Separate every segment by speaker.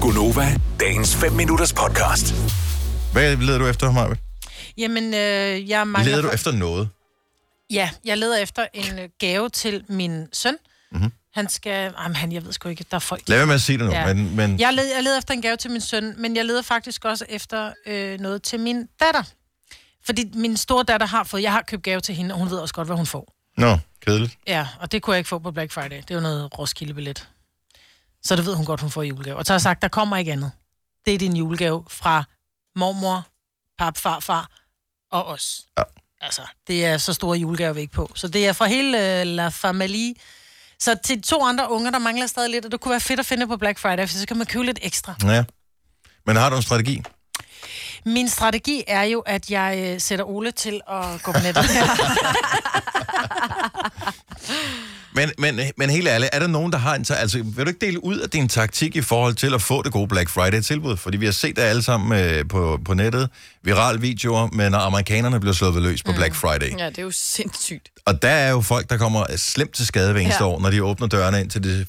Speaker 1: Gunova, dagens 5 minutters podcast.
Speaker 2: Hvad leder du efter, Marvitt?
Speaker 3: Jamen, øh, jeg mangler...
Speaker 2: Leder du efter noget?
Speaker 3: Ja, jeg leder efter en øh, gave til min søn.
Speaker 2: Mhm.
Speaker 3: Mm-hmm. Han skal... Jamen, han, jeg ved sgu ikke, der er folk...
Speaker 2: Lad være med at sige det nu,
Speaker 3: Ja.
Speaker 2: men, men
Speaker 3: Jeg, led, jeg leder efter en gave til min søn, men jeg leder faktisk også efter øh, noget til min datter. Fordi min store datter har fået... Jeg har købt gave til hende, og hun ved også godt, hvad hun får.
Speaker 2: nå, kedeligt.
Speaker 3: Ja, og det kunne jeg ikke få på Black Friday. Det er jo noget Roskilde-billet. Så det ved hun godt, hun får i julegave. Og så har jeg sagt, der kommer ikke andet. Det er din julegave fra mormor, pap, farfar og os.
Speaker 2: Ja.
Speaker 3: Altså, det er så store julegaver, vi ikke på. Så det er fra hele øh, La Familie. Så til to andre unger, der mangler stadig lidt, og det kunne være fedt at finde på Black Friday, for så kan man købe lidt ekstra.
Speaker 2: Ja. Men har du en strategi?
Speaker 3: Min strategi er jo, at jeg øh, sætter Ole til at gå på nettet.
Speaker 2: Men, men, men helt ærligt, er der nogen, der har en... ta- Altså, vil du ikke dele ud af din taktik i forhold til at få det gode Black Friday-tilbud? Fordi vi har set det alle sammen øh, på, på nettet. Viral videoer, men når amerikanerne bliver slået ved løs på mm. Black Friday.
Speaker 4: Ja, det er jo sindssygt.
Speaker 2: Og der er jo folk, der kommer slemt til skade hver eneste ja.
Speaker 4: Ja.
Speaker 2: år, når de åbner dørene ind til, det,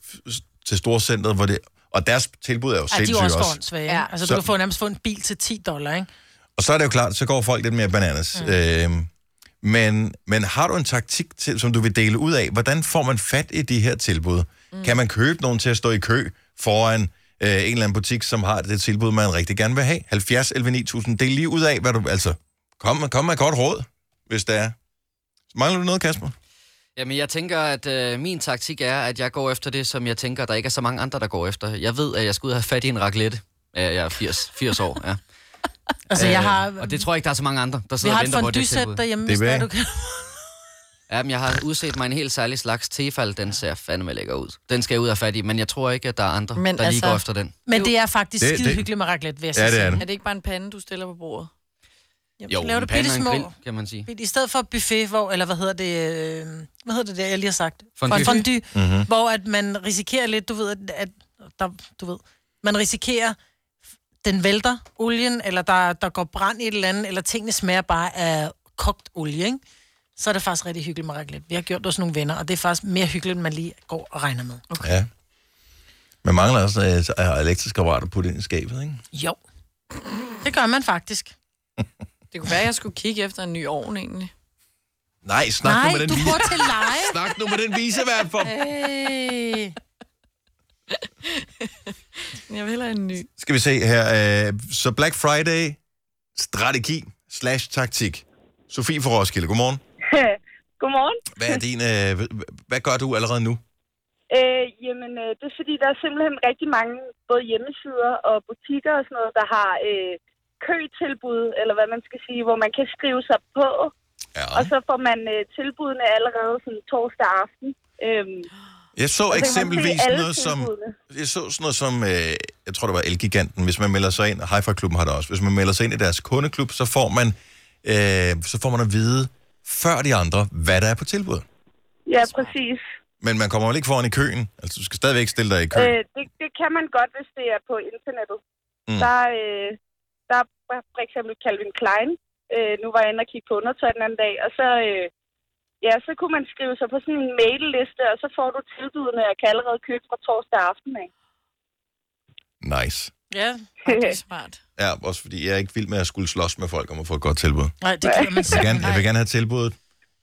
Speaker 2: til storcentret, hvor det... Og deres tilbud er jo
Speaker 3: Ej, de er
Speaker 2: sindssygt
Speaker 3: jo også
Speaker 2: også.
Speaker 3: gårdsvage.
Speaker 4: Ja.
Speaker 3: Ja. Altså,
Speaker 2: Så-
Speaker 3: du kan få, nærmest få en bil til 10 dollar, ikke?
Speaker 2: Og så er det jo klart, så går folk lidt mere bananas. Mm. Øhm, men, men har du en taktik, til, som du vil dele ud af? Hvordan får man fat i de her tilbud? Mm. Kan man købe nogen til at stå i kø foran øh, en eller anden butik, som har det tilbud, man rigtig gerne vil have? 70 11 9000, del lige ud af, hvad du... Altså, kom, kom med et godt råd, hvis der er. Mangler du noget, Kasper?
Speaker 5: Jamen, jeg tænker, at øh, min taktik er, at jeg går efter det, som jeg tænker, der ikke er så mange andre, der går efter. Jeg ved, at jeg skal ud og have fat i en raclette. Ja, jeg er 80, 80 år, ja.
Speaker 3: Altså, jeg
Speaker 5: Øh,
Speaker 3: har...
Speaker 5: Og det tror jeg ikke, der er så mange andre, der
Speaker 3: vi
Speaker 5: sidder
Speaker 3: har et
Speaker 5: og venter på det
Speaker 3: fondue-sæt
Speaker 5: tilbud.
Speaker 3: derhjemme,
Speaker 2: Det
Speaker 3: hvis
Speaker 2: vil
Speaker 3: der,
Speaker 2: jeg
Speaker 3: du kan...
Speaker 5: Jamen, jeg har udset mig en helt særlig slags tefal. Den ser fandme lækker ud. Den skal jeg ud og have fat i, men jeg tror ikke, at der er andre,
Speaker 4: Men
Speaker 5: der lige
Speaker 4: altså-
Speaker 5: går efter den.
Speaker 3: Men det er faktisk
Speaker 2: Det-
Speaker 3: det,
Speaker 2: det-
Speaker 3: skide hyggeligt med raclette, vil jeg
Speaker 2: Ja,
Speaker 3: så
Speaker 2: det er
Speaker 3: sige.
Speaker 2: det.
Speaker 4: Er det ikke bare en pande, du stiller på bordet?
Speaker 3: Jamen,
Speaker 5: Jo,
Speaker 3: så laver
Speaker 5: en
Speaker 3: du
Speaker 5: pande
Speaker 3: bitte
Speaker 5: og en
Speaker 3: små...
Speaker 5: grill, kan man sige.
Speaker 3: I stedet for buffet, hvor, eller hvad hedder det, øh, hvad hedder det der, jeg lige har sagt?
Speaker 5: Fondue.
Speaker 3: Fondue,
Speaker 2: Mhm.
Speaker 3: mm-hmm. hvor at man risikerer lidt, du ved, at- at der, du ved, man risikerer, den vælter olien, eller der, der går brand i et eller andet, eller tingene smager bare af kogt olie, ikke? så er det faktisk rigtig hyggeligt med raclette. Vi har gjort det hos nogle venner, og det er faktisk mere hyggeligt, end man lige går og regner med. Okay.
Speaker 2: Ja. Man mangler også øh, elektriske apparater putte ind i skabet, ikke?
Speaker 3: Jo. Det gør man faktisk.
Speaker 4: Det kunne være, at jeg skulle kigge efter en ny ovn, egentlig.
Speaker 2: Nej, snak nu
Speaker 3: Nej,
Speaker 2: med den
Speaker 3: du Øh,
Speaker 2: vise.
Speaker 3: går til leje. Øh.
Speaker 2: Snak nu med den vise, hvad for?
Speaker 3: Hey.
Speaker 4: Men Jeg vil hellere en ny.
Speaker 2: skal vi se her. Øh, så Black Friday, strategi slash taktik. Sofie fra Roskilde, godmorgen.
Speaker 6: Godmorgen.
Speaker 2: Hvad, er din, øh, h- hvad gør du allerede nu?
Speaker 6: Øh, jamen, øh, det er fordi, der er simpelthen rigtig mange både hjemmesider og butikker og sådan noget, der har øh, køtilbud, eller hvad man skal sige, hvor man kan skrive sig på,
Speaker 2: Ja.
Speaker 6: og så får man øh, tilbudene allerede sådan torsdag aften. Øhm,
Speaker 2: Jeg så
Speaker 6: kan man se
Speaker 2: eksempelvis
Speaker 6: alle
Speaker 2: noget som...
Speaker 6: tilbudene.
Speaker 2: Jeg så sådan noget som, øh, jeg tror det var Elgiganten, hvis man melder sig ind, hi klubben har det også, hvis man melder sig ind i deres kundeklub, så får man, øh, så får man at vide før de andre, hvad der er på tilbud.
Speaker 6: ja, præcis.
Speaker 2: Men man kommer vel ikke foran i køen? Altså, du skal stadigvæk stille dig i kø.
Speaker 6: Øh, det, det kan man godt, hvis det er på internettet.
Speaker 2: Mm.
Speaker 6: Mm. Der, øh, der er for eksempel Calvin Klein. Øh, nu var jeg inde og kigge på undertøj den anden dag, og så, øh, ja, så kunne man skrive sig på sådan en mailliste, og så får du tilbudene, og kan allerede købe fra torsdag aften. Ikke?
Speaker 2: Nice.
Speaker 3: Ja,
Speaker 4: Ej, det er smart.
Speaker 2: Ja, også fordi jeg er ikke vild med at skulle slås med folk om at få et godt tilbud.
Speaker 3: nej, det kan man
Speaker 2: Jeg vil
Speaker 3: sige.
Speaker 2: gerne, jeg vil gerne have tilbuddet.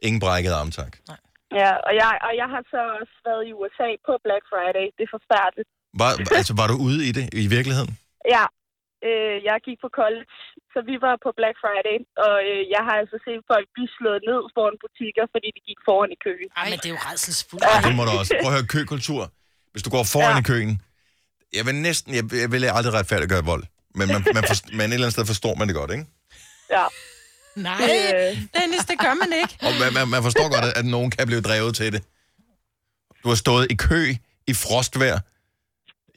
Speaker 2: Ingen brækket arm, tak.
Speaker 6: ja, og jeg, og jeg har så også været i USA på Black Friday. Det er forfærdeligt.
Speaker 2: Var, altså, var du ude i det i virkeligheden?
Speaker 6: Ja, øh, jeg gik på college, så vi var på Black Friday, og øh, jeg har altså set folk blive slået ned foran butikker, fordi de gik foran i køen.
Speaker 3: Ej, men det er jo redselsfuldt.
Speaker 2: Det må du også. Prøv at høre køkultur. Hvis du går foran ja.
Speaker 6: Ja.
Speaker 2: i køen, jeg vil næsten, jeg, jeg vil aldrig retfærdiggøre vold. Men, man, man, forst, men et eller andet sted forstår man det godt, ikke?
Speaker 6: Ja.
Speaker 3: Nej, Øh,
Speaker 6: Øh,
Speaker 3: Dennis, det gør man ikke.
Speaker 2: Og man, man, man forstår godt, at- at nogen kan blive drevet til det. Du har stået i kø i frostvejr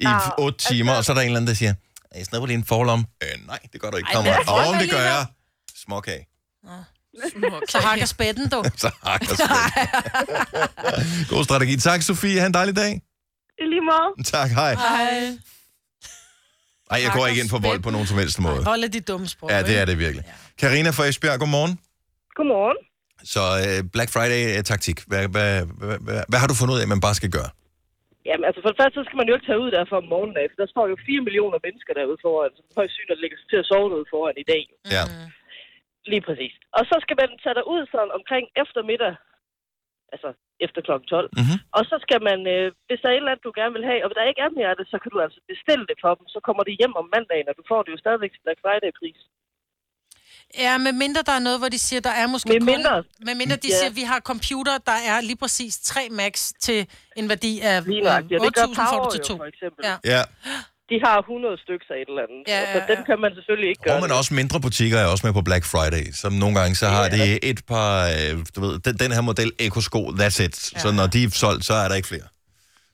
Speaker 2: i
Speaker 6: Ja,
Speaker 2: 8
Speaker 3: altså-
Speaker 2: timer, og så er der en eller anden, der siger, "Er jeg snapper lige en forlom. Øh, nej, det gør du ikke,
Speaker 3: Ej,
Speaker 2: kammerat.
Speaker 3: men jeg
Speaker 2: Åh,
Speaker 3: frygter
Speaker 2: det gør
Speaker 3: alligevel."
Speaker 2: jeg. Småkage.
Speaker 3: Så hakker spætten, du.
Speaker 2: Så hakker spil. God strategi. Tak, Sofie. Ha' en dejlig dag.
Speaker 6: I lige måde.
Speaker 2: Tak, hej.
Speaker 3: Ej.
Speaker 2: Ej, jeg går ikke ind for vold på nogen som helst måde.
Speaker 3: Hold af de dumme sprog.
Speaker 2: Ja, det er det virkelig. Karina fra Esbjerg, godmorgen.
Speaker 6: Godmorgen.
Speaker 2: øh, Så øh, Black Friday-taktik. Hvad, hvad, hvad, hvad, hvad har du fundet ud af, man bare skal gøre?
Speaker 6: Jamen, altså for det første, så skal man jo ikke tage ud der for om morgenen af, for der står jo 4 millioner mennesker derude foran, så højst sygt, at lægger sig til at sove derude foran i dag.
Speaker 2: Ja.
Speaker 6: Lige præcis. Og så skal man tage dig ud sådan omkring eftermiddag, altså efter kl. 12.
Speaker 2: Mhm.
Speaker 6: Og så skal man, øh, hvis der er et eller andet, du gerne vil have, og der ikke er mere af det, så kan du altså bestille det for dem. Så kommer det hjem om mandagen, og du får det jo stadigvæk til Black Friday-pris.
Speaker 3: Ja, med mindre der er noget, hvor de siger, der er måske
Speaker 6: Med
Speaker 3: kun-
Speaker 6: mindre.
Speaker 3: Med mindre de
Speaker 6: Ja.
Speaker 3: siger, vi har computer, der er lige præcis tre max til en værdi af
Speaker 6: Lige
Speaker 3: øh,
Speaker 6: nok. Ja, det gør
Speaker 3: 8.000 får
Speaker 6: Power
Speaker 3: du til
Speaker 6: jo,
Speaker 3: to.
Speaker 6: for eksempel.
Speaker 3: Ja.
Speaker 6: Ja.
Speaker 2: Ja.
Speaker 6: De har 100 stykker af et eller andet,
Speaker 3: Ja,
Speaker 6: ja,
Speaker 3: ja,
Speaker 6: så dem
Speaker 3: ja.
Speaker 6: kan man selvfølgelig ikke gøre.
Speaker 2: Og man
Speaker 6: det.
Speaker 2: også mindre butikker er også med på Black Friday, som nogle gange så har det et par, øh, du ved, den, den her model Eko-sko, that's it. Så når de er solgt, så er der ikke flere.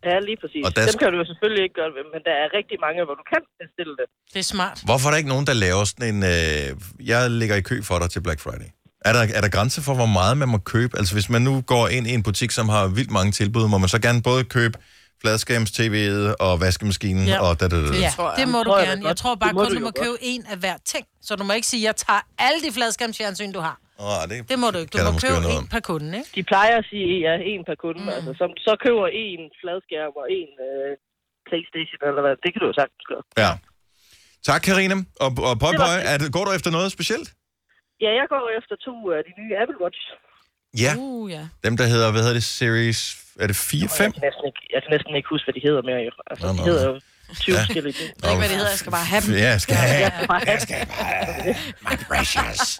Speaker 6: Ja, lige præcis.
Speaker 2: Og
Speaker 6: Og
Speaker 2: der
Speaker 6: Dem
Speaker 2: sk-
Speaker 6: kan du jo selvfølgelig ikke gøre det ved, men der er rigtig mange, hvor du kan bestille det.
Speaker 3: Det er smart.
Speaker 2: Hvorfor er der ikke nogen, der laver sådan en, øh, jeg ligger i kø for dig til Black Friday? Er der, er der grænser for, hvor meget man må købe? Altså hvis man nu går ind i en butik, som har vildt mange tilbud, må man så gerne både købe fladskærms tv'et og vaskemaskinen
Speaker 3: Ja.
Speaker 2: ja. og da, da, da, da.
Speaker 3: Ja,
Speaker 4: tror jeg.
Speaker 3: det må
Speaker 6: Det
Speaker 3: du
Speaker 6: tror jeg da
Speaker 3: gerne.
Speaker 6: godt.
Speaker 3: Jeg tror
Speaker 6: Det
Speaker 3: bare
Speaker 6: må
Speaker 3: kun,
Speaker 6: du
Speaker 3: du
Speaker 6: jo
Speaker 3: må
Speaker 6: godt.
Speaker 3: købe en af hver ting. Så du må ikke sige, jeg tager alle de fladskærmsfjernsyn, du har.
Speaker 2: Oh, det,
Speaker 3: Det må du ikke.
Speaker 2: kan
Speaker 3: Du
Speaker 2: der
Speaker 3: må
Speaker 2: måske
Speaker 3: købe
Speaker 2: være noget
Speaker 3: en
Speaker 2: om.
Speaker 3: per kunde, ikke?
Speaker 6: De plejer at sige, at ja, en per kunde. Mm. Altså, som, så køber en fladskærm og en øh, Playstation eller hvad. Det kan du jo sagtens gøre.
Speaker 2: Ja. Tak, Karina. Og, og pøj,
Speaker 6: Det var
Speaker 2: pøj,
Speaker 6: fint.
Speaker 2: er det, går du efter noget specielt?
Speaker 6: Ja, jeg går efter to af de nye Apple Watch.
Speaker 2: Ja,
Speaker 4: Uh, ja.
Speaker 2: dem der hedder, hvad hedder det, Series, er det 4, 5?
Speaker 6: Jeg kan, næsten ikke, jeg kan næsten ikke huske, hvad de hedder mere. jo. Altså,
Speaker 2: Nå,
Speaker 6: de
Speaker 2: nå.
Speaker 6: hedder jo 20 forskellige ting.
Speaker 4: Jeg ved ikke, hvad det hedder. Jeg skal bare have dem.
Speaker 2: Ja, jeg skal have.
Speaker 6: Ja.
Speaker 2: My precious.